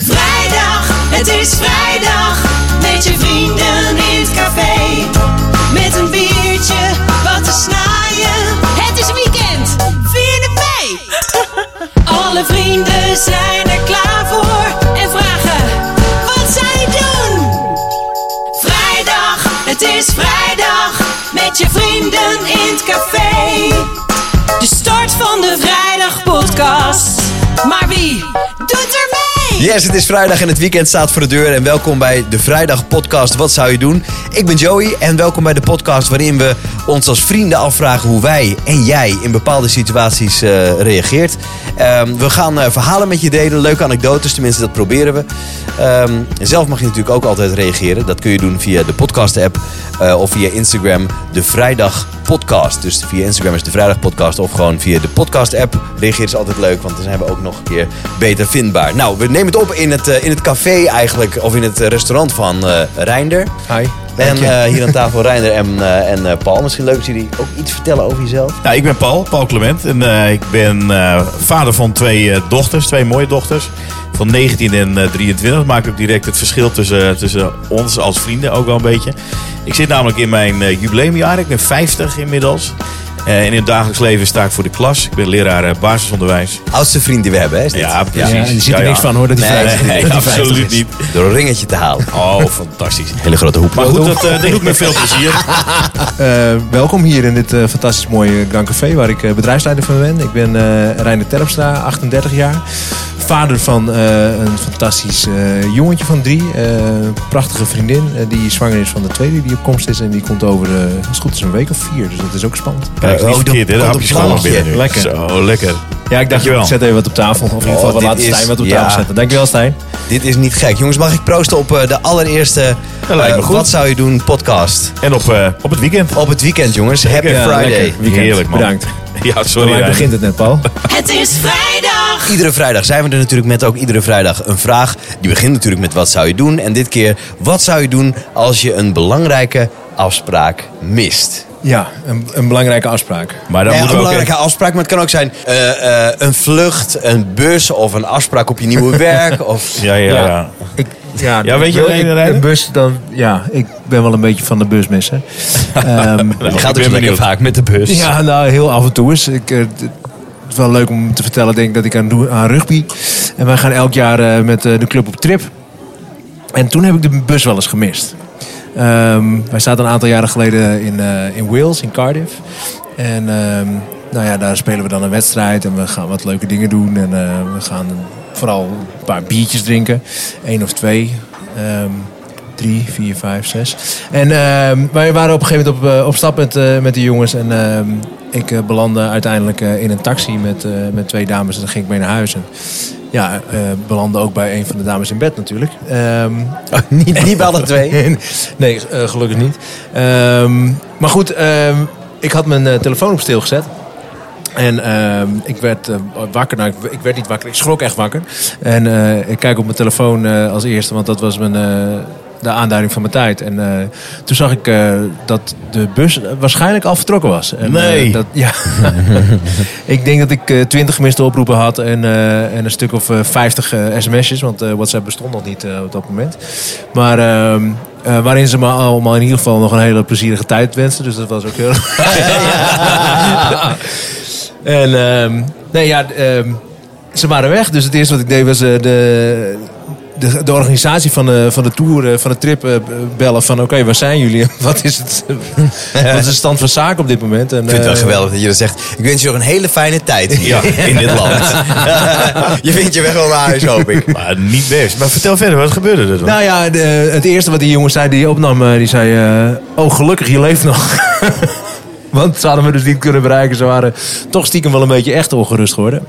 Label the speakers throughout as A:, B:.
A: Vrijdag, het is vrijdag. Met je vrienden in het café. Met een biertje, wat te snaaien. Het is weekend, vier het mee. Alle vrienden zijn er klaar voor. En vragen wat zij doen. Vrijdag, het is vrijdag. Met je vrienden in het café. De start van de Vrijdagpodcast. Maar wie doet er mee?
B: Yes, het is vrijdag en het weekend staat voor de deur. En welkom bij de Vrijdag Podcast Wat Zou Je Doen? Ik ben Joey en welkom bij de podcast waarin we ons als vrienden afvragen hoe wij en jij in bepaalde situaties eh, reageert. Ehm, we gaan eh, verhalen met je delen, leuke anekdotes, tenminste dat proberen we. Ehm, zelf mag je natuurlijk ook altijd reageren. Dat kun je doen via de podcast app eh, of via Instagram, de Vrijdag Podcast. Dus via Instagram is de Vrijdag Podcast of gewoon via de podcast app. Reageer is altijd leuk, want dan zijn we ook nog een keer beter vindbaar. Nou, we nemen het op in het, eh, in het café eigenlijk, of in het eh, restaurant van eh Reinder.
C: Hi.
B: En eh, hier aan tafel Reinder en, eh, en eh, Paul. Misschien leuk als jullie ook iets vertellen over jezelf.
C: Nou, ik ben Paul, Paul Clement. En eh, ik ben eh, vader van twee eh, dochters, twee mooie dochters. Van 19 en eh, 23 maak ik ook direct het verschil tussen, eh, tussen ons als vrienden ook wel een beetje. Ik zit namelijk in mijn eh, jubileumjaar. Ik ben 50 inmiddels. Eh, en in het dagelijks leven sta ik voor de klas. Ik ben leraar eh, basisonderwijs.
B: Oudste vriend die we hebben, hè? Is dit?
C: Ja, precies.
D: Ja, en er zit er niks van, hoor, dat hij
B: vijftig is.
C: Nee,
B: Dat hij
D: vijftig
C: absoluut
D: is.
C: niet.
B: Door een ringetje te halen.
C: Oh, fantastisch.
B: Hele grote hoep.
C: Maar goed, dat, eh, dat doet me veel plezier.
D: Eh, welkom hier in dit eh, fantastisch mooie Grand Café waar ik eh, bedrijfsleider van ben. Ik ben eh Reiner Terpstra, 38 jaar. Vader van eh, een fantastisch eh, jongetje van drie. Eh, prachtige vriendin eh, die zwanger is van de tweede die op komst is. En die komt over, eh, als het goed is, een week of vier. Dus dat is ook spannend.
C: Kijk,
B: Oh,
C: niet
B: dat-
C: verkeerd, hè?
B: dat
C: Dat hapje
B: op
C: is gewoon nog
B: plaatje.
C: binnen nu.
D: Lekker.
C: Zo, lekker.
D: Ja, ik dacht,
C: Dankjewel.
D: ik zet even wat op tafel. Of in ieder geval,
B: Oh,
D: we
B: dit
D: laten
B: is-
D: Stijn wat op
B: ja.
D: tafel zetten. Dankjewel Stijn.
B: Dit is niet gek. Jongens, mag ik proosten op eh, de allereerste
C: Dat lijkt me
B: eh,
C: goed.
B: Wat zou je doen podcast.
C: En op, eh, op het weekend.
B: Op het weekend, jongens. Happy
D: Ja,
B: Friday.
D: lekker. Weekend.
C: Heerlijk, man.
D: Bedankt.
C: Ja,
D: Bij
C: sorry.
D: mij
C: Rijn.
D: begint het net, Paul.
A: Het is vrijdag.
B: Iedere vrijdag zijn we er natuurlijk met ook iedere vrijdag een vraag. Die begint natuurlijk met wat zou je doen. En dit keer, wat zou je doen als je een belangrijke afspraak mist?
D: Ja, een, een belangrijke afspraak.
C: Maar dan
B: Ja, een
C: moeten we ook...
B: belangrijke afspraak, maar het kan ook zijn eh, eh, een vlucht, een bus of een afspraak op je nieuwe werk. Of...
C: Ja, ja, ja. ja.
D: Ik, ja,
C: Ja, weet je
D: ik-
C: wel,
D: ik-
C: rijden?
D: De bus, dan, ja, ik ben wel een beetje van de busmissen. Ehm
B: Je
C: ik
B: gaat
C: ben
B: ook lekker
C: benieuwd.
B: vaak met de bus.
D: ja, nou, heel af en toe eens. Ik, eh, d- het is wel leuk om te vertellen, denk ik, dat ik aan, doe aan rugby. En wij gaan elk jaar eh, met eh, de club op trip. En toen heb ik de bus wel eens gemist. Ehm, wij zaten een aantal jaren geleden in, eh, in Wales, in Cardiff. En ehm, nou ja, daar spelen we dan een wedstrijd en we gaan wat leuke dingen doen. En eh, we gaan vooral een paar biertjes drinken. Eén of twee. Ehm, drie, vier, vijf, zes. En ehm, wij waren op een gegeven moment op, eh, op stap met, eh, met de jongens. En ehm, ik eh, belandde uiteindelijk eh, in een taxi met, eh, met twee dames. En dan ging ik mee naar huis. En, ja, eh, belandde ook bij een van de dames in bed natuurlijk. Ehm,
B: Oh, niet, niet bij alle twee.
D: nee, eh, gelukkig niet. Ehm, maar goed, ehm, ik had mijn eh, telefoon op stil gezet. En ehm, ik werd eh, wakker. Nou, ik, ik werd niet wakker. Ik schrok echt wakker. En eh, ik kijk op mijn telefoon eh, als eerste, want dat was mijn, eh, de aanduiding van mijn tijd. En eh, toen zag ik eh, dat de bus eh, waarschijnlijk al vertrokken was. En, eh,
C: Nee.
D: dat, ja. ik denk dat ik eh, twintig gemiste oproepen had en, eh, en een stuk of vijftig sms'jes. Want eh, WhatsApp bestond nog niet eh, op dat moment. Maar ehm, eh, waarin ze me allemaal in ieder geval nog een hele plezierige tijd wensten. Dus dat was ook heel... En ehm, nee, ja, ehm, ze waren weg. Dus het eerste wat ik deed was eh, de, de, de organisatie van de, van de tour, eh, van de trip eh, bellen. Van oké, waar zijn jullie? Wat is, het, wat is de stand van zaken op dit moment? En,
B: Ik vind het wel
D: eh,
B: geweldig dat je dat zegt. Ik wens je nog een hele fijne tijd hier
C: Ja.
B: in dit land. je vindt je weg wel naar huis, hoop ik.
C: Maar niet best. Maar vertel verder, wat gebeurde er dan?
D: Nou ja, de- het eerste wat die jongen zei die je opnam, eh, die zei... eh, oh, gelukkig, je leeft nog. Want ze hadden me dus niet kunnen bereiken. Ze waren toch stiekem wel een beetje echt ongerust geworden.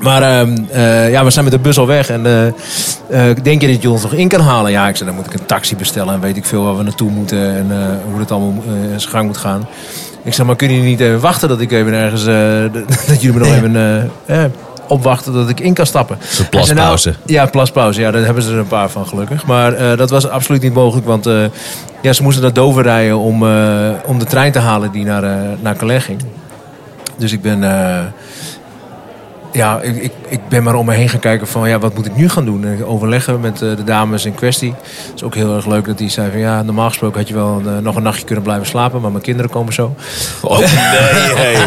D: Maar ehm, eh, ja, we zijn met de bus al weg. En eh, eh, denk je dat je ons nog in kan halen? Ja, ik zei, dan moet ik een taxi bestellen. En weet ik veel waar we naartoe moeten. En eh, hoe dat allemaal eh, in zijn gang moet gaan. Ik zei, maar kunnen jullie niet even wachten dat ik even ergens... eh, dat jullie me nog even eh, eh, opwachten dat ik in kan stappen?
B: soort
D: Hij zei, nou,
B: plaspauze.
D: ja, plaspauze. Ja, daar hebben ze er een paar van gelukkig. Maar eh, dat was absoluut niet mogelijk. Want eh, ja, ze moesten naar Dover rijden om, eh, om de trein te halen die naar, eh naar Calais ging. Dus ik ben eh, ja, ik, ik, ik ben maar om me heen gaan kijken van ja, wat moet ik nu gaan doen? En overleggen met eh, de dames in kwestie. Het is ook heel erg leuk dat die zei van ja, normaal gesproken had je wel eh, nog een nachtje kunnen blijven slapen, maar mijn kinderen komen zo.
C: Oh, nee, hey.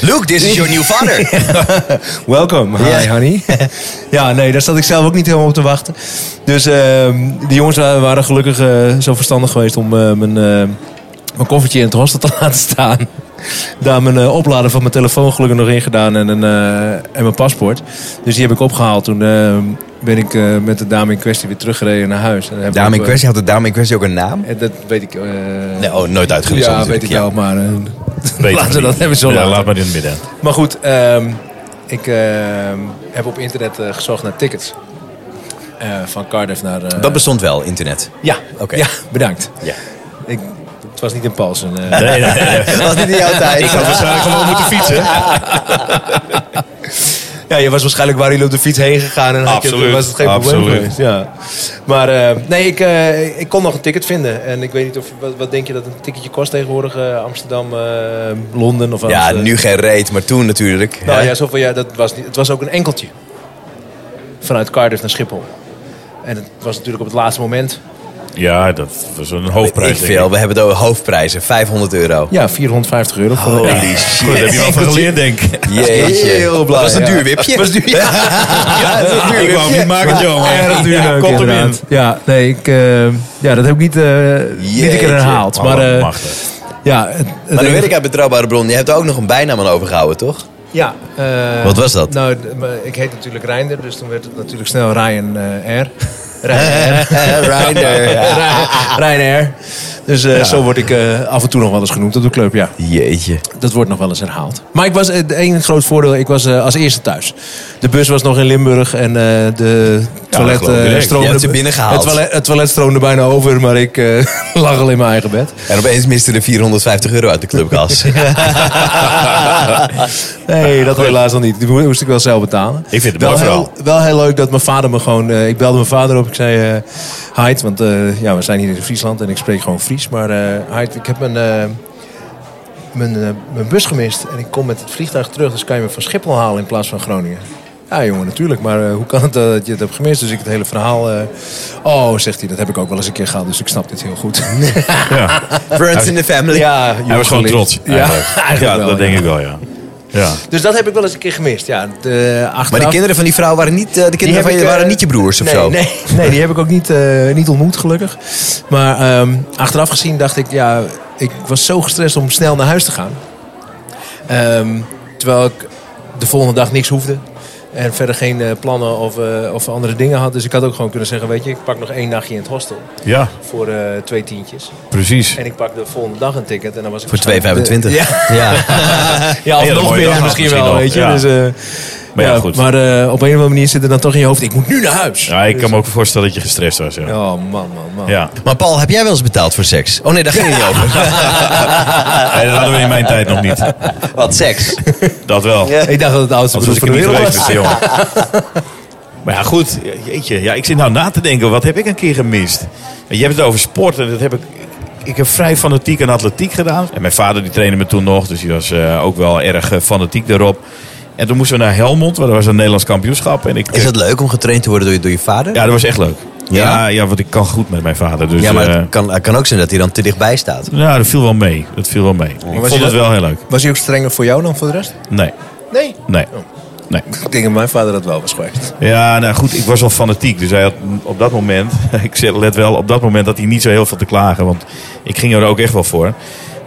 B: Luke, this is your new father.
D: Welkom, hi
B: Ja.
D: honey. ja, nee, daar zat ik zelf ook niet helemaal op te wachten. Dus ehm die jongens wa- waren gelukkig eh, zo verstandig geweest om eh, mijn, eh, mijn koffertje in het hostel te laten staan. Daar mijn eh, oplader van mijn telefoon gelukkig nog in gedaan en, een, eh, en mijn paspoort. Dus die heb ik opgehaald. Toen eh, ben ik eh, met de dame in kwestie weer teruggereden naar huis. En heb
B: dame
D: ik
B: in
D: ook,
B: kwestie, had de dame in kwestie ook een naam?
D: eh, en dat weet ik. eh,
B: Nee, oh, nooit uitgewisseld
D: ja,
B: natuurlijk,
D: weet ik
B: ja.
D: wel, maar eh,
C: Weet
D: laten we
C: ik
D: dat
C: niet.
D: even zo
C: Ja,
D: laten.
C: laat maar in het midden.
D: Maar goed, ehm, ik ehm, heb op internet eh, gezocht naar tickets. Eh, van Cardiff naar... eh,
B: Dat bestond wel, internet.
D: Ja,
B: Oké.
D: ja, bedankt.
B: Ja.
D: Ik, het was niet in Paulsen. eh.
C: Nee, nee, nee.
B: Was dit in jouw tijd?
C: Ik had waarschijnlijk gewoon moeten fietsen.
D: Ja, je was waarschijnlijk waar jullie op de fiets heen gegaan. En had je-
C: Absoluut,
D: was het geen probleem
C: absoluut.
D: geweest. Ja. Maar eh, nee, ik, eh, ik kon nog een ticket vinden. En ik weet niet of... Wat, wat denk je dat een ticketje kost tegenwoordig? eh, Amsterdam, eh, Londen of
B: Ja,
D: Amsterdam?
B: nu geen reet, maar toen natuurlijk.
D: Nou
B: Hè?
D: ja, zoveel jaar, dat was niet, het was ook een enkeltje. Vanuit Cardiff naar Schiphol. En het was natuurlijk op het laatste moment.
C: Ja, dat was een hoofdprijs.
B: Ik
C: denk
B: veel, we hebben de hoofdprijzen, 500 euro.
D: Ja, 450 euro. Voor
B: Holy
D: ja.
B: shit.
C: Goed, daar heb je wel van geleerd, denk ik.
B: Jeetje.
D: Heel blij,
B: Dat was een
D: ja.
B: duur wipje.
D: Dat was duur, ja.
B: dat was een duur
C: Ik wou hem
B: wipje.
C: niet maken, Joe. maar-
D: Erg duur
C: Ja,
D: leuk,
C: komt hem in.
D: inderdaad. Ja, nee, ik, eh, ja, dat heb ik niet, eh niet een
B: Jeetje.
D: keer herhaald.
C: Oh,
D: Maar, eh,
C: machtig.
D: ja, het- het
B: Maar nu
D: enige-
B: weet ik uit betrouwbare bron, je hebt er ook nog een bijnaam aan overgehouden, toch?
D: Ja. eh,
B: Wat was dat?
D: Nou, d- maar ik heet natuurlijk Reinder, dus toen werd het natuurlijk snel Ryan eh R.
B: Ryder.
D: Ryanair. Dus eh, zo word ik eh, af en toe nog wel eens genoemd op de club, ja.
B: Jeetje.
D: Dat wordt nog wel eens herhaald. Maar ik was, eh, één groot voordeel, ik was eh, als eerste thuis. De bus was nog in Limburg en eh, de toilet
C: dat geloof ik
D: eh,
C: direct.
B: Je
D: stroomde...
B: hebt ze binnengehaald.
D: Het toilet, het toilet stroomde bijna over, maar ik eh, lag al in mijn eigen bed.
B: En opeens miste er 450 euro uit de clubkas.
D: Nee, dat helaas nog niet. Die moest ik wel zelf betalen.
C: Ik vind het
D: wel
C: mooi
D: heel,
C: verhaal.
D: Wel heel leuk dat mijn vader me gewoon... eh, ik belde mijn vader op. Ik zei, eh Heid, want eh, ja, we zijn hier in Friesland en ik spreek gewoon Fries. Maar eh Heid, ik heb mijn, eh, mijn, eh, mijn bus gemist en ik kom met het vliegtuig terug. Dus kan je me van Schiphol halen in plaats van Groningen? Ja, jongen, natuurlijk. Maar eh, hoe kan het eh, dat je het hebt gemist? Dus ik het hele verhaal... eh, oh, zegt hij, dat heb ik ook wel eens een keer gehad. Dus ik snap dit heel goed.
C: Ja.
B: Burns in the family.
D: ja,
C: Hij was gewoon trots.
D: Ja,
C: eigenlijk. Ja,
D: eigenlijk wel,
C: dat
D: ja.
C: denk ik wel, ja. Ja.
D: Dus dat heb ik wel eens een keer gemist. Ja, de,
B: Maar die kinderen van die vrouw waren niet, eh, de
D: Die
B: kinderen
D: heb
B: van je,
D: ik, eh,
B: waren niet je broers of
D: nee,
B: zo?
D: Nee, nee, die heb ik ook niet, eh, niet ontmoet, gelukkig. Maar ehm, achteraf gezien dacht ik, ja, ik was zo gestrest om snel naar huis te gaan. Ehm, terwijl ik de volgende dag niks hoefde. En verder geen eh, plannen of, eh, of andere dingen had. Dus ik had ook gewoon kunnen zeggen, weet je, ik pak nog één nachtje in het hostel.
C: ja,
D: Voor eh, twee tientjes.
C: precies.
D: En ik pak de volgende dag een ticket. En dan was ik
B: Voor
D: waarschijnlijk
B: 2,25.
D: de- Ja. Ja, of
C: Ja, dat
D: nog
C: mooie dag
D: meer
C: had
D: misschien
C: misschien
D: wel,
C: nog,
D: weet je.
C: ja.
D: Dus, eh,
C: Maar ja, goed.
D: Maar eh, op een of andere manier zit er dan toch in je hoofd... ik moet nu naar huis.
C: Ja, ik kan me ook voorstellen dat je gestrest was, ja.
D: Oh, man, man, man.
C: Ja,
B: Maar Paul, heb jij wel eens betaald voor seks? Oh nee, daar ging het niet over.
C: Nee, dat hadden we in mijn tijd nog niet.
B: Wat, seks?
C: Dat wel.
D: Ik dacht dat het oudste
C: Anders was
D: bedoel
C: ik
D: van
C: er
D: de
C: niet
D: wereld
C: geweest
D: was.
C: met de jongen. Maar ja, goed. Jeetje. Ja, ik zit nou na te denken. Wat heb ik een keer gemist? Je hebt het over sport. En dat heb ik... Ik heb vrij fanatiek aan atletiek gedaan. En mijn vader die trainde me toen nog. Dus die was eh, ook wel erg eh, fanatiek daarop. En toen moesten we naar Helmond. Waar er was een Nederlands kampioenschap. En ik, eh,
B: Is het leuk om getraind te worden door je, door je vader?
C: Ja, dat was echt leuk.
B: Ja?
C: Ja? Ja, want ik kan goed met mijn vader. Dus,
B: Ja,
C: ja,
B: maar het kan, het kan ook zijn dat hij dan te dichtbij staat.
C: nou, dat viel wel mee. Dat viel wel mee. ik
D: was
C: vond
D: je
C: het
D: dat-
C: wel heel leuk.
D: Was hij ook strenger voor jou dan voor de rest?
C: Nee.
D: Nee.
C: Nee. Nee.
D: Ik denk dat mijn vader dat wel was geweest.
C: Ja, nou goed, ik was wel fanatiek. Dus hij had op dat moment, ik zeg- let wel, op dat moment had hij niet zo heel veel te klagen. Want ik ging er ook echt wel voor.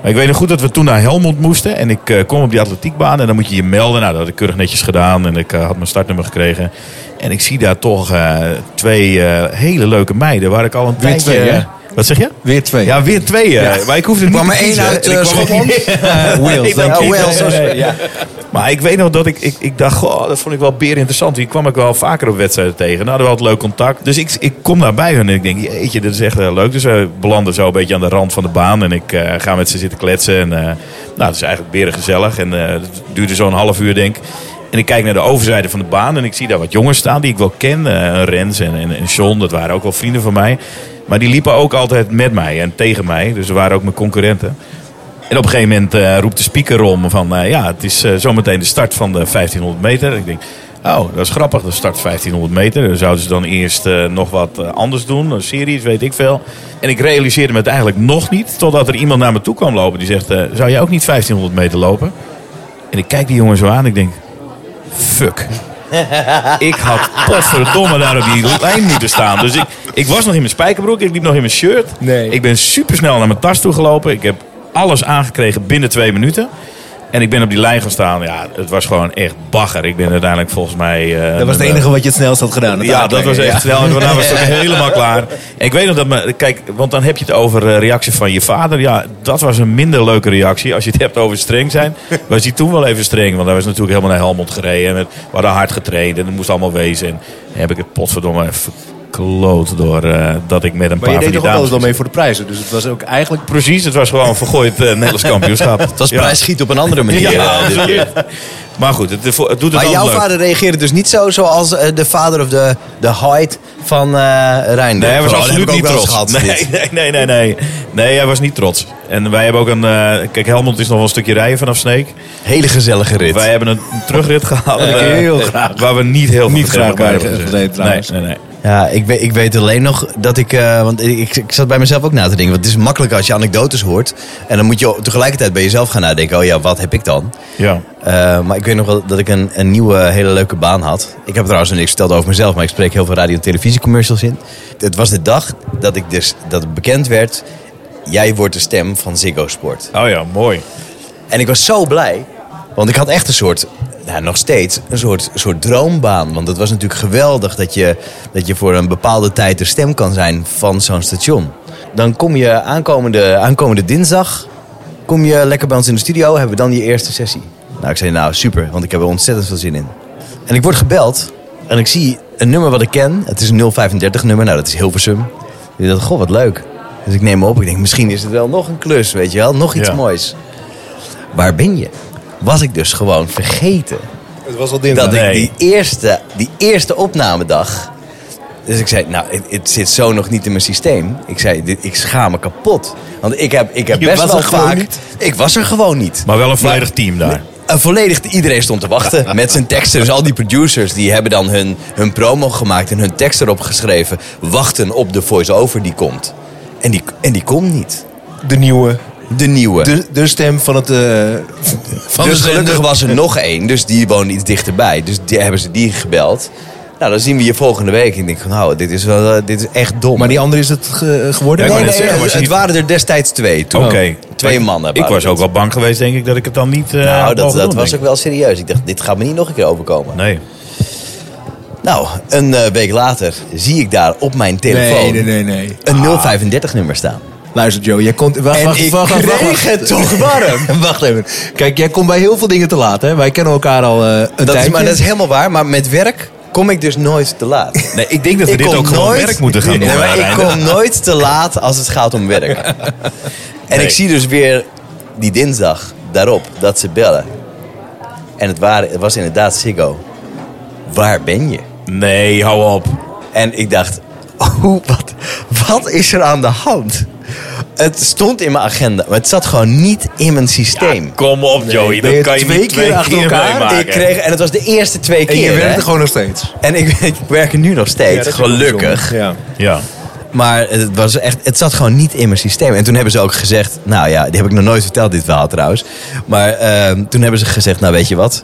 C: Maar ik weet nog goed dat we toen naar Helmond moesten. En ik eh, kom op die atletiekbaan en dan moet je je melden. Nou, dat had ik keurig netjes gedaan. En ik eh, had mijn startnummer gekregen. En ik zie daar toch eh, twee eh, hele leuke meiden. Waar ik al een
D: Weer
C: tijdje...
D: twee, hè?
C: Wat zeg je?
D: Weer twee.
C: Ja, weer twee. eh, Maar ik hoefde niet
B: kwam
C: te
B: er één
C: kiezen.
B: uit,
C: En ik
B: eh,
C: kwam ook
B: Schotland.
C: niet-
D: Wales,
C: Ik denk
D: denk ik.
C: niet.
B: Oh, Wales,
C: Nee,
B: zo-
C: nee, nee. Maar ik weet nog dat ik, ik, ik dacht, goh, dat vond ik wel beer interessant. Die kwam ik wel vaker op wedstrijden tegen. Nou, hadden we altijd leuk contact. Dus ik, ik kom daar bij hun en ik denk, jeetje, dit is echt eh, leuk. Dus we belanden zo een beetje aan de rand van de baan. En ik eh, ga met ze zitten kletsen. En eh, nou, het is eigenlijk beren gezellig. En eh, het duurde zo'n half uur, denk ik. En ik kijk naar de overzijde van de baan en ik zie daar wat jongens staan die ik wel ken. Eh, Rens en, en, en John, dat waren ook wel vrienden van mij. Maar die liepen ook altijd met mij en tegen mij. Dus ze waren ook mijn concurrenten. En op een gegeven moment eh, roept de speaker om van... eh, ja, het is eh, zometeen de start van de 1500 meter. Ik denk, oh, dat is grappig, de start 1500 meter. Dan zouden ze dan eerst eh, nog wat eh, anders doen. Een series, weet ik veel. En ik realiseerde me het eigenlijk nog niet... totdat er iemand naar me toe kwam lopen. Die zegt, eh, zou jij ook niet 1500 meter lopen? En ik kijk die jongen zo aan ik denk... Fuck. Ik had potverdomme daar op die lijn moeten staan. Dus ik, ik was nog in mijn spijkerbroek, ik liep nog in mijn shirt.
D: Nee.
C: Ik ben supersnel naar mijn tas toe gelopen. Ik heb alles aangekregen binnen twee minuten. En ik ben op die lijn gaan staan. Ja, het was gewoon echt bagger. Ik ben uiteindelijk volgens mij... eh,
D: Dat was het
C: met,
D: enige wat je het snelst had gedaan.
C: ja, dat was echt
D: Ja.
C: snel. En daarna was het ook helemaal klaar. En ik weet nog dat me, kijk, want dan heb je het over eh, reactie van je vader. Ja, dat was een minder leuke reactie. Als je het hebt over streng zijn, was hij toen wel even streng. Want hij was natuurlijk helemaal naar Helmond gereden. En het, we hadden hard getraind en het moest allemaal wezen. En dan heb ik het potverdomme verkloot door eh, dat ik met een
D: Maar
C: paar
D: je
C: van
D: deed
C: die
D: toch ook
C: dames...
D: alles wel mee voor de prijzen. Dus het was ook eigenlijk...
C: Precies, het was gewoon een vergooid eh, Nederlands kampioenschap.
B: Het was
C: Ja.
B: prijsschiet op een andere manier.
C: Ja, dus
B: eh, dit keer.
C: absoluut. Maar goed, het, het doet het
B: Maar
C: allemaal
B: jouw
C: leuk.
B: vader reageerde dus niet zo zoals eh, de vader of de, de height van eh Rijn.
C: Nee, hij was
B: Vooral, dat heb
C: absoluut
B: ik
C: niet
B: ook wel eens
C: trots.
B: Gehad,
C: nee,
B: dit.
C: nee, nee, nee, nee. Nee, hij was niet trots. En wij hebben ook een... eh, kijk, Helmond is nog wel een stukje rijden vanaf Sneek.
B: Hele gezellige rit.
C: Wij hebben een terugrit gehad.
D: Ja,
C: eh,
D: heel graag.
C: Waar we niet heel veel
D: Niet
C: verschil
D: graag
C: elkaar
D: bij
C: hebben
D: gereden,
C: gezet.
D: trouwens.
C: Nee, nee, nee.
B: Ja, ik weet, ik weet alleen nog dat ik. eh, want ik, ik zat bij mezelf ook na te denken. Want het is makkelijk als je anekdotes hoort. En dan moet je tegelijkertijd bij jezelf gaan nadenken. Oh ja, wat heb ik dan?
C: Ja.
B: Eh, maar ik weet nog wel dat ik een, een nieuwe, hele leuke baan had. Ik heb trouwens nog niks verteld over mezelf, maar ik spreek heel veel radio- en televisiecommercials in. Het was de dag dat, ik dus, dat het bekend werd: jij wordt de stem van Ziggo Sport.
C: Oh ja, mooi.
B: En ik was zo blij, want ik had echt een soort, nou, nog steeds, een soort, soort droombaan. Want het was natuurlijk geweldig dat je, dat je voor een bepaalde tijd de stem kan zijn van zo'n station. Dan kom je aankomende, aankomende dinsdag, kom je lekker bij ons in de studio, hebben we dan die eerste sessie. Nou, ik zei nou super, want ik heb er ontzettend veel zin in. En ik word gebeld en ik zie een nummer wat ik ken. Het is een 035 nummer, nou dat is Hilversum. Ik dacht, goh wat leuk. Dus ik neem hem op, ik denk misschien is het wel nog een klus, weet je wel, nog iets
C: Ja.
B: moois waar ben je? Was ik dus gewoon vergeten
D: Het was al dinsdag.
B: dat
C: Nee.
B: ik die eerste, die eerste opnamedag. Dus ik zei, nou, het, het zit zo nog niet in mijn systeem. Ik zei, dit, ik schaam me kapot. Want ik heb, ik heb
D: Je
B: best
D: was
B: wel
D: er gewoon
B: vaak.
D: niet?
B: Ik was er gewoon niet.
C: Maar wel een volledig team daar.
B: Een volledig iedereen stond te wachten met zijn teksten. Dus al die producers die hebben dan hun, hun promo gemaakt en hun tekst erop geschreven. Wachten op de voice-over die komt. En die, en die komt niet.
D: De nieuwe.
B: De nieuwe.
D: De, de stem van het... eh, van
B: dus
D: het-
B: gelukkig was er nog één, dus die woonde iets dichterbij. Dus die hebben ze die gebeld. Nou, dan zien we je volgende week. En ik denk van, nou, dit is, wel, eh, dit is echt dom.
D: Maar die andere is het ge- geworden?
C: Ja,
B: nee,
C: ik wou
B: nee,
C: net zeggen,
B: het,
C: was je
B: het
C: niet-
B: waren er destijds twee toen.
C: Oké.
B: Oh. Twee
C: Maar
B: mannen.
C: Ik
B: waren
C: was
B: het.
C: ook wel bang geweest, denk ik, dat ik het dan niet eh
B: Nou, dat,
C: mogen
B: dat
C: doen,
B: was ook
C: denk
B: wel serieus. Ik dacht, dit gaat me niet nog een keer overkomen.
C: ik. Nee.
B: Nou, een eh, week later zie ik daar op mijn telefoon
D: Nee, nee, nee, nee.
B: een 035-nummer staan.
D: Luister Joe, jij komt... Wacht,
B: En
D: wacht,
B: ik
D: wacht, wacht, wacht,
B: kreeg
D: wacht.
B: het toch warm.
D: wacht even. Kijk, jij komt bij heel veel dingen te laat, hè? Wij kennen elkaar al eh, een
B: Dat is,
D: tijdje.
B: maar dat is helemaal waar, maar met werk kom ik dus nooit te laat.
C: nee. Ik denk dat we dit
B: kom
C: ook gewoon werk moeten gaan doen.
B: Nee, maar
C: Rijn.
B: ik kom nooit te laat als het gaat om werk. En ik zie dus weer die dinsdag daarop dat ze bellen. En het, waren, het was inderdaad Siggo. Waar ben je?
C: Nee, hou op.
B: En ik dacht, hoe, wat, wat is er aan de hand? Het stond in mijn agenda, maar het zat gewoon niet in mijn systeem.
C: Kom op, Joey.
D: ben je
C: Dat kan je
D: twee
C: niet
D: keer
C: twee
D: achter
C: keer
D: elkaar?
C: meemaken.
B: ik kreeg, en het was de eerste twee
D: en
B: keer.
D: je
B: hè?
D: werkt er gewoon nog steeds.
B: en ik, ik werk er nu nog steeds, gelukkig.
D: Ja.
C: Ja.
B: Maar het, was echt, het zat gewoon niet in mijn systeem. En toen hebben ze ook gezegd... Nou ja, die heb ik nog nooit verteld, dit verhaal trouwens. Maar ehm, toen hebben ze gezegd... Nou, weet je wat?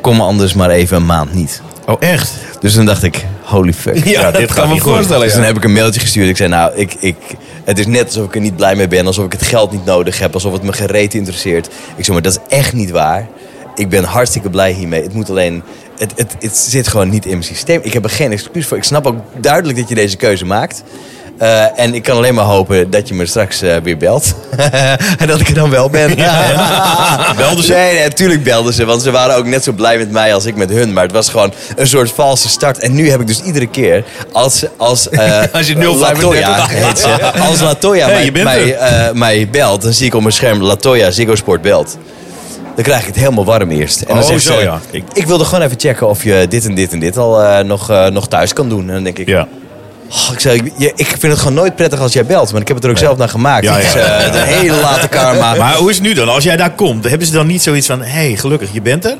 B: Kom anders maar even een maand niet.
C: Oh, echt?
B: Dus toen dacht ik, holy fuck.
C: Ja, dit gaat niet goed.
B: Dus toen heb ik een mailtje gestuurd. Ik zei, nou, ik, ik, het is net alsof ik er niet blij mee ben. Alsof ik het geld niet nodig heb. Alsof het me gereed interesseert. Ik zei, maar dat is echt niet waar. Ik ben hartstikke blij hiermee. Het moet alleen... Het, het, het zit gewoon niet in mijn systeem. Ik heb er geen excuus voor. Ik snap ook duidelijk dat je deze keuze maakt. Eh, en ik kan alleen maar hopen dat je me straks eh, weer belt. en dat ik er dan wel ben.
C: Belden ze?
B: Nee, nee, natuurlijk belden ze. Want ze waren ook net zo blij met mij als ik met hun. Maar het was gewoon een soort valse start. En nu heb ik dus iedere keer als... Als, eh
D: Als je 035
B: Latoya heet ze. Als Latoya
C: Hey, je
B: mij,
C: bent
B: mij,
C: er.
B: eh, mij belt, dan zie ik op mijn scherm Latoya Ziggo Sport belt. Dan krijg ik het helemaal warm eerst. En dan
C: Oh,
B: zegt
C: zo
B: ze,
C: ja.
B: Ik,
C: Ik-
B: wilde gewoon even checken of je dit en dit en dit al eh, nog, eh, nog thuis kan doen. En dan denk ik,
C: Ja.
B: Oh, ik, zei, ik, je- ik vind het gewoon nooit prettig als jij belt. Maar ik heb het er ook zelf naar gemaakt.
C: Ja,
B: Het is
C: ja.
B: eh, een hele late karma.
C: Maar hoe is het nu dan? Als jij daar komt, hebben ze dan niet zoiets van... Hé, hey, gelukkig, je bent er?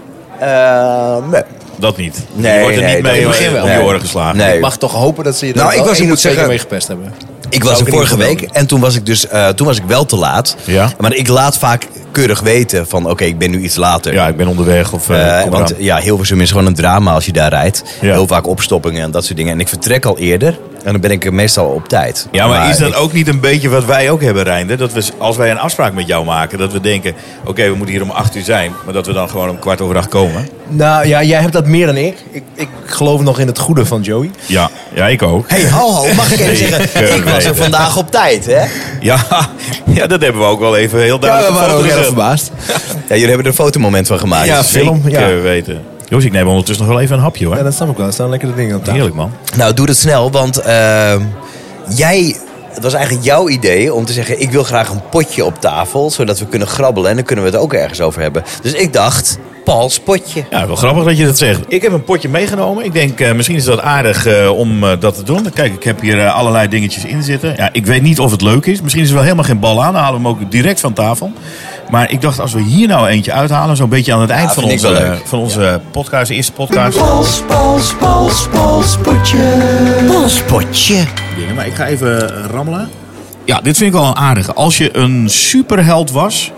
B: Eh, nee.
C: Dat niet.
B: Nee,
C: je wordt er
B: nee,
C: niet
B: dat
C: mee
B: in het begin
C: om
B: wel.
C: je oren geslagen.
B: Nee.
E: Ik mag toch hopen dat ze je er
B: Nou, ik
E: wel
B: was- ik
E: één
B: moet
E: of twee keer
B: zeggen-
E: mee gepest hebben.
B: Ik was
E: Zou
B: er
E: ik in
B: vorige
E: ieder geval
B: week en toen was ik dus eh, toen was ik wel te laat.
C: Ja.
B: Maar ik laat vaak keurig weten van oké, ik ben nu iets later.
C: Ja, ik ben onderweg of... eh,
B: Eh,
C: kom
B: want
C: eraan.
B: ja, Hilversum is gewoon een drama als je daar rijdt.
C: Ja.
B: Heel vaak opstoppingen en dat soort dingen. En ik vertrek al eerder en dan ben ik er meestal op tijd.
C: Ja, maar, is dat
B: ik-
C: ook niet een beetje wat wij ook hebben, Reinder? Dat we, als wij een afspraak met jou maken, dat we denken... Oké, we moeten hier om acht uur zijn, maar dat we dan gewoon om kwart over acht komen.
D: Nou ja, jij hebt dat meer dan ik. ik. Ik geloof nog in het goede van Joey.
C: Ja, ja ik ook.
B: Hey, ho, ho, mag ik even
C: Nee,
B: zeggen?
C: keurig
B: Ik was er
C: weten.
B: vandaag op tijd, hè?
C: Ja, ja, dat hebben we ook wel even heel duidelijk op foto gezet.
D: verbaasd.
B: Ja, jullie hebben er een fotomoment van gemaakt.
D: Ja,
B: Dus-
D: film,
C: Zeker
D: ja.
C: weten. Jongens, ik neem ondertussen nog wel even een hapje,
D: Ja,
C: hoor.
D: dat snap ik wel. Er staan lekkere dingen op tafel.
C: Heerlijk, man.
B: Nou, doe dat snel, want ehm, jij. Het was eigenlijk jouw idee om te zeggen: ik wil graag een potje op tafel, zodat we kunnen grabbelen en dan kunnen we het ook ergens over hebben. Dus ik dacht, Pauls potje.
C: Ja, wel grappig dat je dat zegt. Ik heb een potje meegenomen. Ik denk, eh, misschien is dat aardig eh, om eh, dat te doen. Kijk, ik heb hier eh, allerlei dingetjes in zitten. Ja, ik weet niet of het leuk is. Misschien is er wel helemaal geen bal aan. Dan halen we hem ook direct van tafel. Maar ik dacht, als we hier nou eentje uithalen... zo'n beetje aan het eind van
B: vind ik
C: onze,
B: wel leuk.
C: van onze podcast, eerste podcast.
A: Pols, pols, pols, pols, potje. Pols, potje.
C: dingen. Maar ik ga even eh, rammelen. Ja, dit vind ik wel een aardige. Als je een superheld was,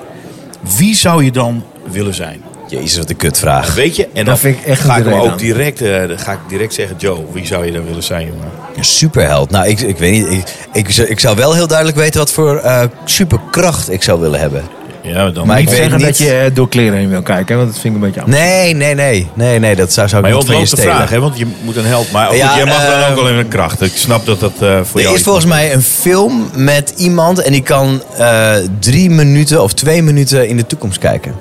C: wie zou je dan willen zijn?
B: Jezus, wat een kutvraag.
C: Weet je? En dan
D: vind ik echt
C: ga ik
D: iedereen
C: hem ook
D: aan.
C: direct, eh, dan ga ik direct zeggen... Joe, wie zou je dan willen zijn, jongen?
B: Een superheld. Nou, ik, ik weet niet. Ik, ik, zou- ik zou wel heel duidelijk weten wat voor eh, superkracht ik zou willen hebben.
C: Ja, dan
B: Maar ik
C: niet.
D: Niet
B: weet
D: zeggen
B: niet.
D: dat je eh, door kleren heen wil kijken, hè, want dat vind ik een beetje
B: Nee, nee, nee. Nee, nee, dat zou, zou ik
C: Maar je
B: niet van je
C: ontloopt de
B: stelen.
C: vraag, hè? want je moet een held. Maar goed,
B: Ja,
C: jij mag
B: eh,
C: dan ook wel in een kracht. Ik snap dat dat eh, voor jou...
B: Er is
C: iets
B: volgens
C: moet.
B: mij een film met iemand en die kan eh, drie minuten of twee minuten in de toekomst kijken.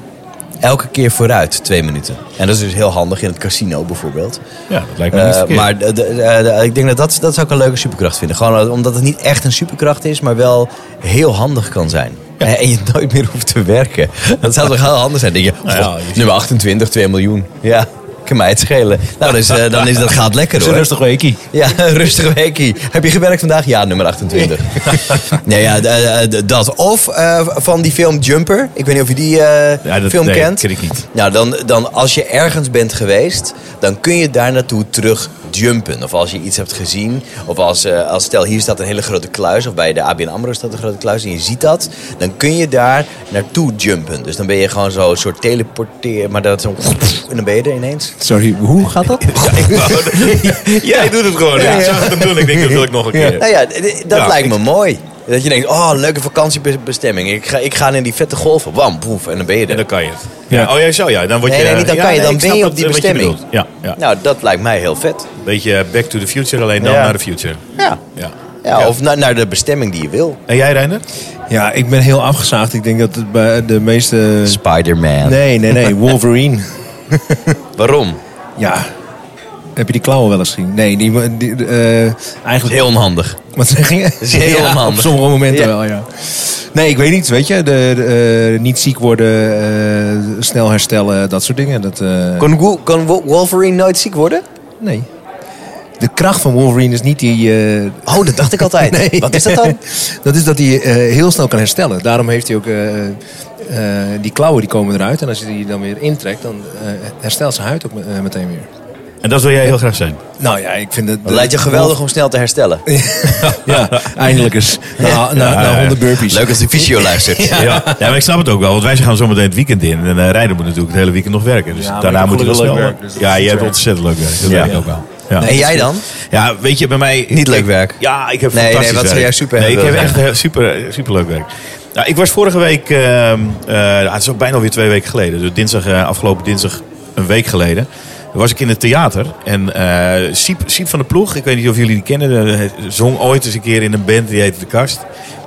B: Elke keer vooruit, twee minuten. En dat is dus heel handig in het casino bijvoorbeeld.
C: Ja, dat lijkt me niet
B: Eh,
C: verkeerd.
B: maar d- d- eh, d- ik denk dat, dat dat zou ik een leuke superkracht vinden. Gewoon eh, omdat het niet echt een superkracht is, maar wel heel handig kan zijn. Eh, En je nooit meer hoeft te werken. Dat zou toch heel handig zijn? Denk je,
C: Nou ja,
B: oh,
C: je ziet-
B: nummer 28, 2 miljoen. Ja, kan mij het schelen. Nou, dus, eh, dan is dat gaat lekker hoor.
D: rustig weekie.
B: Ja, een rustige weekie. Heb je gewerkt vandaag? Ja, nummer 28. nee, ja, d- d- d- dat. Of eh, van die film Jumper. Ik weet niet of je die eh,
C: Ja, dat-
B: film
C: nee,
B: kent.
C: ken ik niet.
B: Nou, dan, dan als je ergens bent geweest, dan kun je daar naartoe terug jumpen. Of als je iets hebt gezien. Of als, eh, als stel, hier staat een hele grote kluis. Of bij de ABN AMRO staat een grote kluis. En je ziet dat. Dan kun je daar naartoe jumpen. Dus dan ben je gewoon zo'n soort teleporteer. Maar dat zo... En dan ben je er ineens.
D: Sorry, hoe gaat dat?
C: Ja, ik wou- Jij doet het gewoon.
B: Ja,
C: Ik
B: ja.
C: zag het hem doen. Ik denk, dat wil ik nog een keer.
B: Nou ja, d- d- dat
C: Ja,
B: lijkt me
C: ik-
B: mooi. Dat je denkt, oh, leuke vakantiebestemming. Ik ga, ik ga in die vette golven. Wam, poef, en dan ben je
C: En
B: er.
C: dan kan je het.
D: Ja.
C: Ja. Oh, jij zou ja. Dan word
B: Nee,
C: je,
B: nee, niet dan
C: ja,
B: kan je,
C: nee,
B: dan
C: ik
B: ben
C: snap
B: je
C: dat,
B: op die
C: eh, wat je
B: bestemming.
C: bedoelt. ja, ja.
B: Nou, dat lijkt mij heel vet.
C: Beetje back to the future, alleen dan
B: Ja.
C: naar de future.
B: Ja.
C: Ja.
B: Ja, of naar, naar de bestemming die je wil.
C: En jij, Reiner?
D: Ja, ik ben heel afgezaagd. Ik denk dat het bij de meeste...
B: Spider-Man.
D: Nee, nee, nee. Wolverine.
B: Waarom?
D: Ja. Heb je die klauwen wel eens gezien? Nee, die... die eh,
B: Dat is
D: eigenlijk...
B: heel onhandig.
D: Wat zeg je?
B: is heel
D: Ja,
B: onhandig.
D: Op sommige momenten
B: Ja.
D: wel, ja. Nee, ik weet niet, weet je. De, de, eh, niet ziek worden, eh, snel herstellen, dat soort dingen. Dat, eh,
B: Kon, Wo- kon Wo- Wolverine nooit ziek worden?
D: nee. De kracht van Wolverine is niet die... eh,
B: Oh, dat dacht ik altijd.
D: Nee.
B: Wat is dat dan?
D: Dat is dat hij eh, heel snel kan herstellen. Daarom heeft hij ook... eh, eh, die klauwen die komen eruit. En als je die dan weer intrekt, dan eh, herstelt zijn huid ook me- eh, meteen weer.
C: En dat wil jij heel graag zijn.
D: Nou ja, ik vind het...
B: Dat lijkt je geweldig om snel te herstellen.
D: Ja, eindelijk eens. Na, na, na
C: Ja.
D: 100 burpees.
B: Leuk als de fysio luistert.
C: Ja. maar ik snap het ook wel. Want wij gaan zometeen het weekend in. En eh Reiner moet natuurlijk het hele weekend nog werken. Dus
D: Ja, maar
C: daarna
D: ik heb
C: moet hij wel
D: gelukkig
C: snel...
D: leuk werk, dus dat
C: ja,
D: is
C: je hebt
D: goed
C: ontzettend leuk werk. Dat
B: Ja.
C: weet ik ook wel. Ja.
B: En jij dan?
C: Ja, weet je, bij mij...
B: Niet leuk werk.
C: Ja, ik heb
B: Nee, nee,
C: fantastisch
B: wat
C: werk.
B: zou jij super
C: Nee, ik heb
B: hebben
C: echt
B: willen
C: eh, super, super leuk werk. Nou, ik was vorige week... ehm, eh, ah, het is ook bijna weer twee weken geleden. Dus dinsdag, eh, afgelopen dinsdag een week geleden. toen Was ik in het theater en eh Siep, Siep van de Ploeg, ik weet niet of jullie die kennen, eh, zong ooit eens een keer in een band die heette De Kast.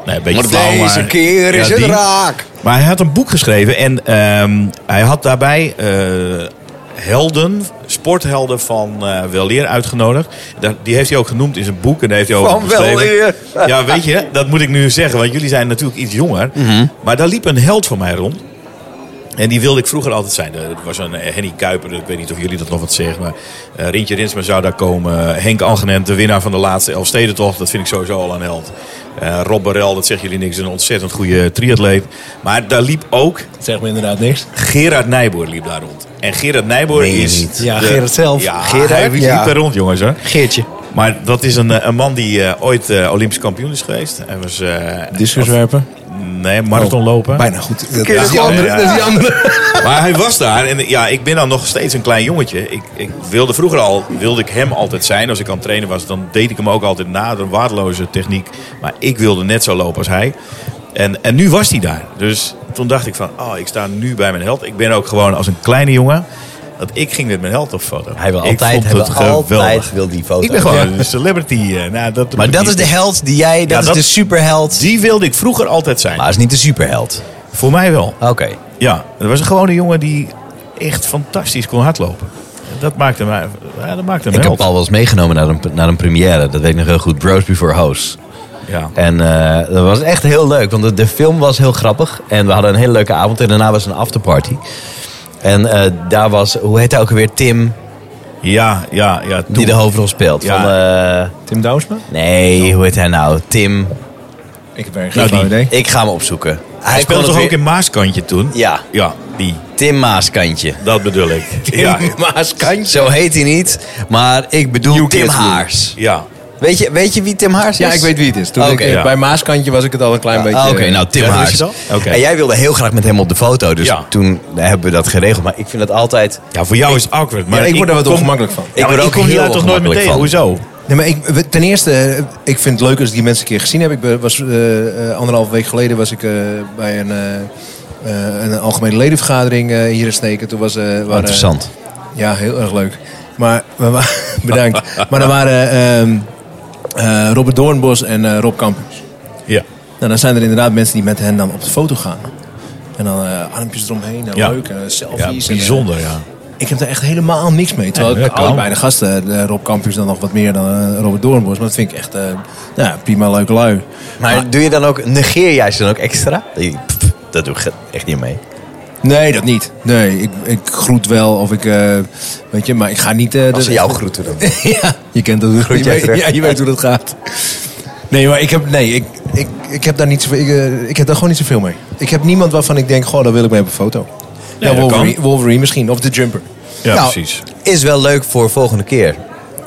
C: Nee, een beetje
B: Maar
C: flauw,
B: deze
C: maar-
B: keer is
C: Ja,
B: het
C: die.
B: raak.
C: Maar hij had een boek geschreven en ehm, hij had daarbij eh, helden, sporthelden van eh Weleer uitgenodigd. Daar- die heeft hij ook genoemd in zijn boek en daar heeft hij over
B: Van
C: geschreven.
B: Weleer.
C: Ja, weet
B: Mhm.
C: je, dat moet ik nu zeggen, want jullie zijn natuurlijk iets jonger. Maar daar liep een held van mij rond. En die wilde ik vroeger altijd zijn. Er was een eh, Henny Kuiper, ik weet niet of jullie dat nog wat zeggen. Maar eh, Rintje Rinsma zou daar komen. Eh, Henk Angenent, de winnaar van de laatste Elfstedentocht. Dat vind ik sowieso al een held. Eh, Rob Barel, dat zeggen jullie niks. Een ontzettend goede triatleet. Maar daar liep ook
E: Dat zegt me inderdaad niks.
C: Gerard Nijboer liep daar rond. En Gerard Nijboer
B: Meen je
C: is...
B: niet?
E: Ja,
C: de-
E: Gerard zelf.
C: Ja,
B: Gerard?
C: hij liep
B: Ja.
C: daar rond, jongens. Hoor.
B: Geertje.
C: Maar dat is een, eh, een man die eh, ooit eh, Olympisch kampioen is geweest. Hij was... eh,
E: Discuswerpen.
C: Nee, marathonloper.
E: Bijna goed. Dat,
B: Oké,
E: dat
B: dat
E: is die
B: kan.
E: andere.
C: Ja.
E: Dat is die andere.
C: Maar hij was daar en ja, ik ben dan nog steeds een klein jongetje. Ik, ik wilde vroeger al, wilde ik hem altijd zijn. Als ik aan het trainen was, dan deed ik hem ook altijd na. Een waardeloze techniek. Maar ik wilde net zo lopen als hij. En, en nu was hij daar. Dus toen dacht ik van, oh, ik sta nu bij mijn held. Ik ben ook gewoon als een kleine jongen. Dat ik ging met mijn held op foto.
B: Hij wil
C: Ik
B: altijd,
C: vond
B: hij wil
C: het geweldig.
B: altijd wil die foto.
C: Ik ben gewoon een celebrity. eh, nou, dat
B: Maar dat is de held die jij, dat,
C: Ja, dat-
B: is de superheld.
C: Die wilde ik vroeger altijd zijn.
B: Maar hij is niet de superheld.
C: Voor mij wel.
B: Oké.
C: Ja, dat was gewoon een jongen die echt fantastisch kon hardlopen. Dat maakte hem, ja, dat maakte hem
B: Ik heb
C: held.
B: Paul wel eens meegenomen naar een, naar een première. Dat weet ik nog heel goed. Bros Before Hoes.
C: Ja.
B: En eh, dat was echt heel leuk. Want de, de film was heel grappig. En we hadden een hele leuke avond. En daarna was een afterparty. En eh, daar was, hoe heet hij ook alweer? Tim,
C: ja, ja, ja. toen-
B: die de hoofdrol speelt.
C: Ja.
B: Van, eh,
D: Tim Douwsma?
B: nee, hoe heet hij nou? Tim.
D: Ik heb er geen
C: Nou,
D: flauw
C: die-
D: idee.
B: Ik ga hem opzoeken.
C: hij
B: kon
C: speelde
B: het
C: toch
B: weer-
C: ook in Maaskantje toen?
B: Ja.
C: Ja, die.
B: Tim Maaskantje.
C: Dat bedoel ik. ja.
B: Maaskantje? Zo heet hij niet. Maar ik bedoel
D: You
B: Tim
D: get me.
B: Haars.
C: Ja.
B: Weet je, weet je wie Tim Haars is?
D: Ja, ik weet wie het is. Toen
B: Oké.
D: ik, eh,
C: Ja.
D: Bij Maaskantje was ik het al een klein beetje... eh,
B: Ah, Oké, nou Tim
C: Ja, dat
B: Haars.
C: wist je dan? Oké.
B: En jij wilde heel graag met hem op de foto. Dus
C: Ja.
B: toen hebben we dat geregeld. Maar ik vind het altijd...
C: ja, voor jou is het awkward. Maar
D: Maar ik word daar wat
C: kom-
D: ongemakkelijk van.
C: Ja, maar
B: word
C: ik
B: ook
C: kom
B: heel
C: daar toch nooit mee
B: ongemakkelijk
C: tegen?
B: van.
C: Hoezo?
D: Nee, maar ik, we- ten eerste, eh, ik vind het leuk als ik die mensen een keer gezien heb. Ik be- was, eh, eh, anderhalf week geleden was ik eh, bij een, eh, eh, een algemene ledenvergadering eh, hier in Sneken. Toen was, eh, waren-
B: interessant.
D: ja, heel erg leuk. Maar, we wa- bedankt. Maar er waren ehm, eh, Robert Doornbos en eh, Rob Campus.
C: Ja.
D: Nou, dan zijn er inderdaad mensen die met hen dan op de foto gaan. En dan eh, armpjes eromheen, en
C: Ja.
D: leuk, en eh, selfies.
C: ja,
D: en, eh,
C: bijzonder, ja.
D: ik heb daar echt helemaal niks mee. Terwijl
C: Nee,
D: ik
C: dat kan.
D: al bij de gasten, eh, Rob Campus dan nog wat meer dan eh, Robert Doornbos. Maar dat vind ik echt eh, nou ja, prima leuke lui.
B: Maar doe je dan ook... Negeer jij ze dan ook extra? Ik- pff, Dat doe ik ge- echt niet mee.
D: Nee, dat niet. Nee, ik, ik groet wel of ik, eh, weet je, maar ik ga niet... eh,
B: Als ze
D: de-
B: jou groeten dan.
D: ja, je kent dat.
B: Groet
D: je
B: jij
D: weet-
B: terug.
D: ja, je weet hoe dat gaat. Nee, maar ik heb, nee, ik, ik, ik heb daar niet zoveel, ik, eh, ik heb daar gewoon niet zoveel mee. Ik heb niemand waarvan ik denk, goh, daar wil ik mee op een foto. ja,
C: dat
D: Wolverine,
C: kan.
D: Wolverine misschien, of de Jumper.
C: Ja,
B: Nou,
C: precies.
B: Is wel leuk voor volgende keer.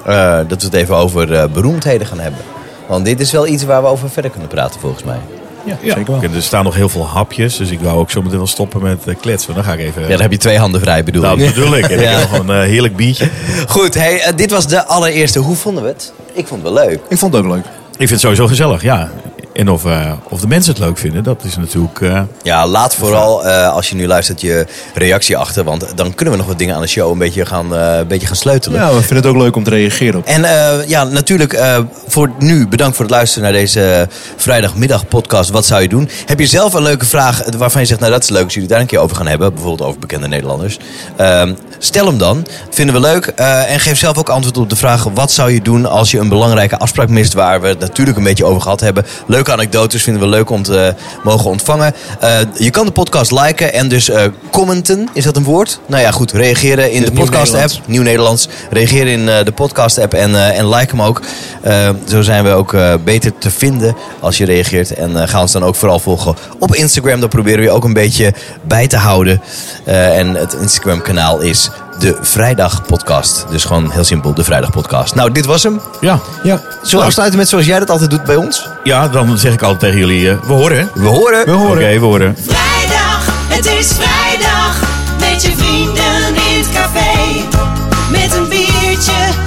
B: eh, dat we het even over eh, beroemdheden gaan hebben. Want dit is wel iets waar we over verder kunnen praten volgens mij.
D: Ja,
C: Ja. Oké, Er staan nog heel veel hapjes, dus ik wou ook zo meteen wel stoppen met eh, kletsen. Dan ga ik even...
B: Ja, dan heb je twee handen vrij bedoel
C: Nou,
B: ik.
C: dat bedoel ik. En
B: Ja.
C: ik heb nog een eh, heerlijk biertje.
B: Goed, hey, eh, dit was de allereerste. Hoe vonden we het? Ik vond het wel leuk.
D: Ik vond het ook leuk.
C: Ik vind het sowieso gezellig, ja. En of, eh, of de mensen het leuk vinden, dat is natuurlijk... eh,
B: Ja, laat vooral eh, als je nu luistert je reactie achter. Want dan kunnen we nog wat dingen aan de show een beetje gaan, eh, een beetje gaan sleutelen.
D: Ja, we vinden het ook leuk om te reageren op.
B: En eh, ja, natuurlijk eh, voor nu bedankt voor het luisteren naar deze vrijdagmiddag podcast. Wat zou je doen? Heb je zelf een leuke vraag eh, waarvan je zegt, nou dat is leuk als jullie het daar een keer over gaan hebben. Bijvoorbeeld over bekende Nederlanders. Ehm, stel hem dan. Dat vinden we leuk. Eh, en geef zelf ook antwoord op de vraag, wat zou je doen als je een belangrijke afspraak mist? Waar we het natuurlijk een beetje over gehad hebben. Leuke anekdotes vinden we leuk om te eh, mogen ontvangen. Eh, je kan de podcast liken en dus eh, commenten. Is dat een woord? Nou ja, goed. Reageren in de
D: nieuw
B: podcast app.
D: Nederlands.
B: Nieuw Nederlands. Reageer in eh, de podcast-app en, eh, en like hem ook. Eh, zo zijn we ook eh, beter te vinden als je reageert. En eh, ga ons dan ook vooral volgen op Instagram. Daar proberen we je ook een beetje bij te houden. Eh, en het Instagram-kanaal is de Vrijdag Podcast. Dus gewoon heel simpel, de Vrijdag Podcast. Nou, dit was hem.
C: ja.
D: Ja,
B: Zullen we afsluiten met zoals jij dat altijd doet bij ons?
C: ja, dan zeg ik altijd tegen jullie, eh, we horen. hè?
B: We horen.
C: Oké, we horen.
A: Vrijdag, het is vrijdag. Met je vrienden in het café. Met een biertje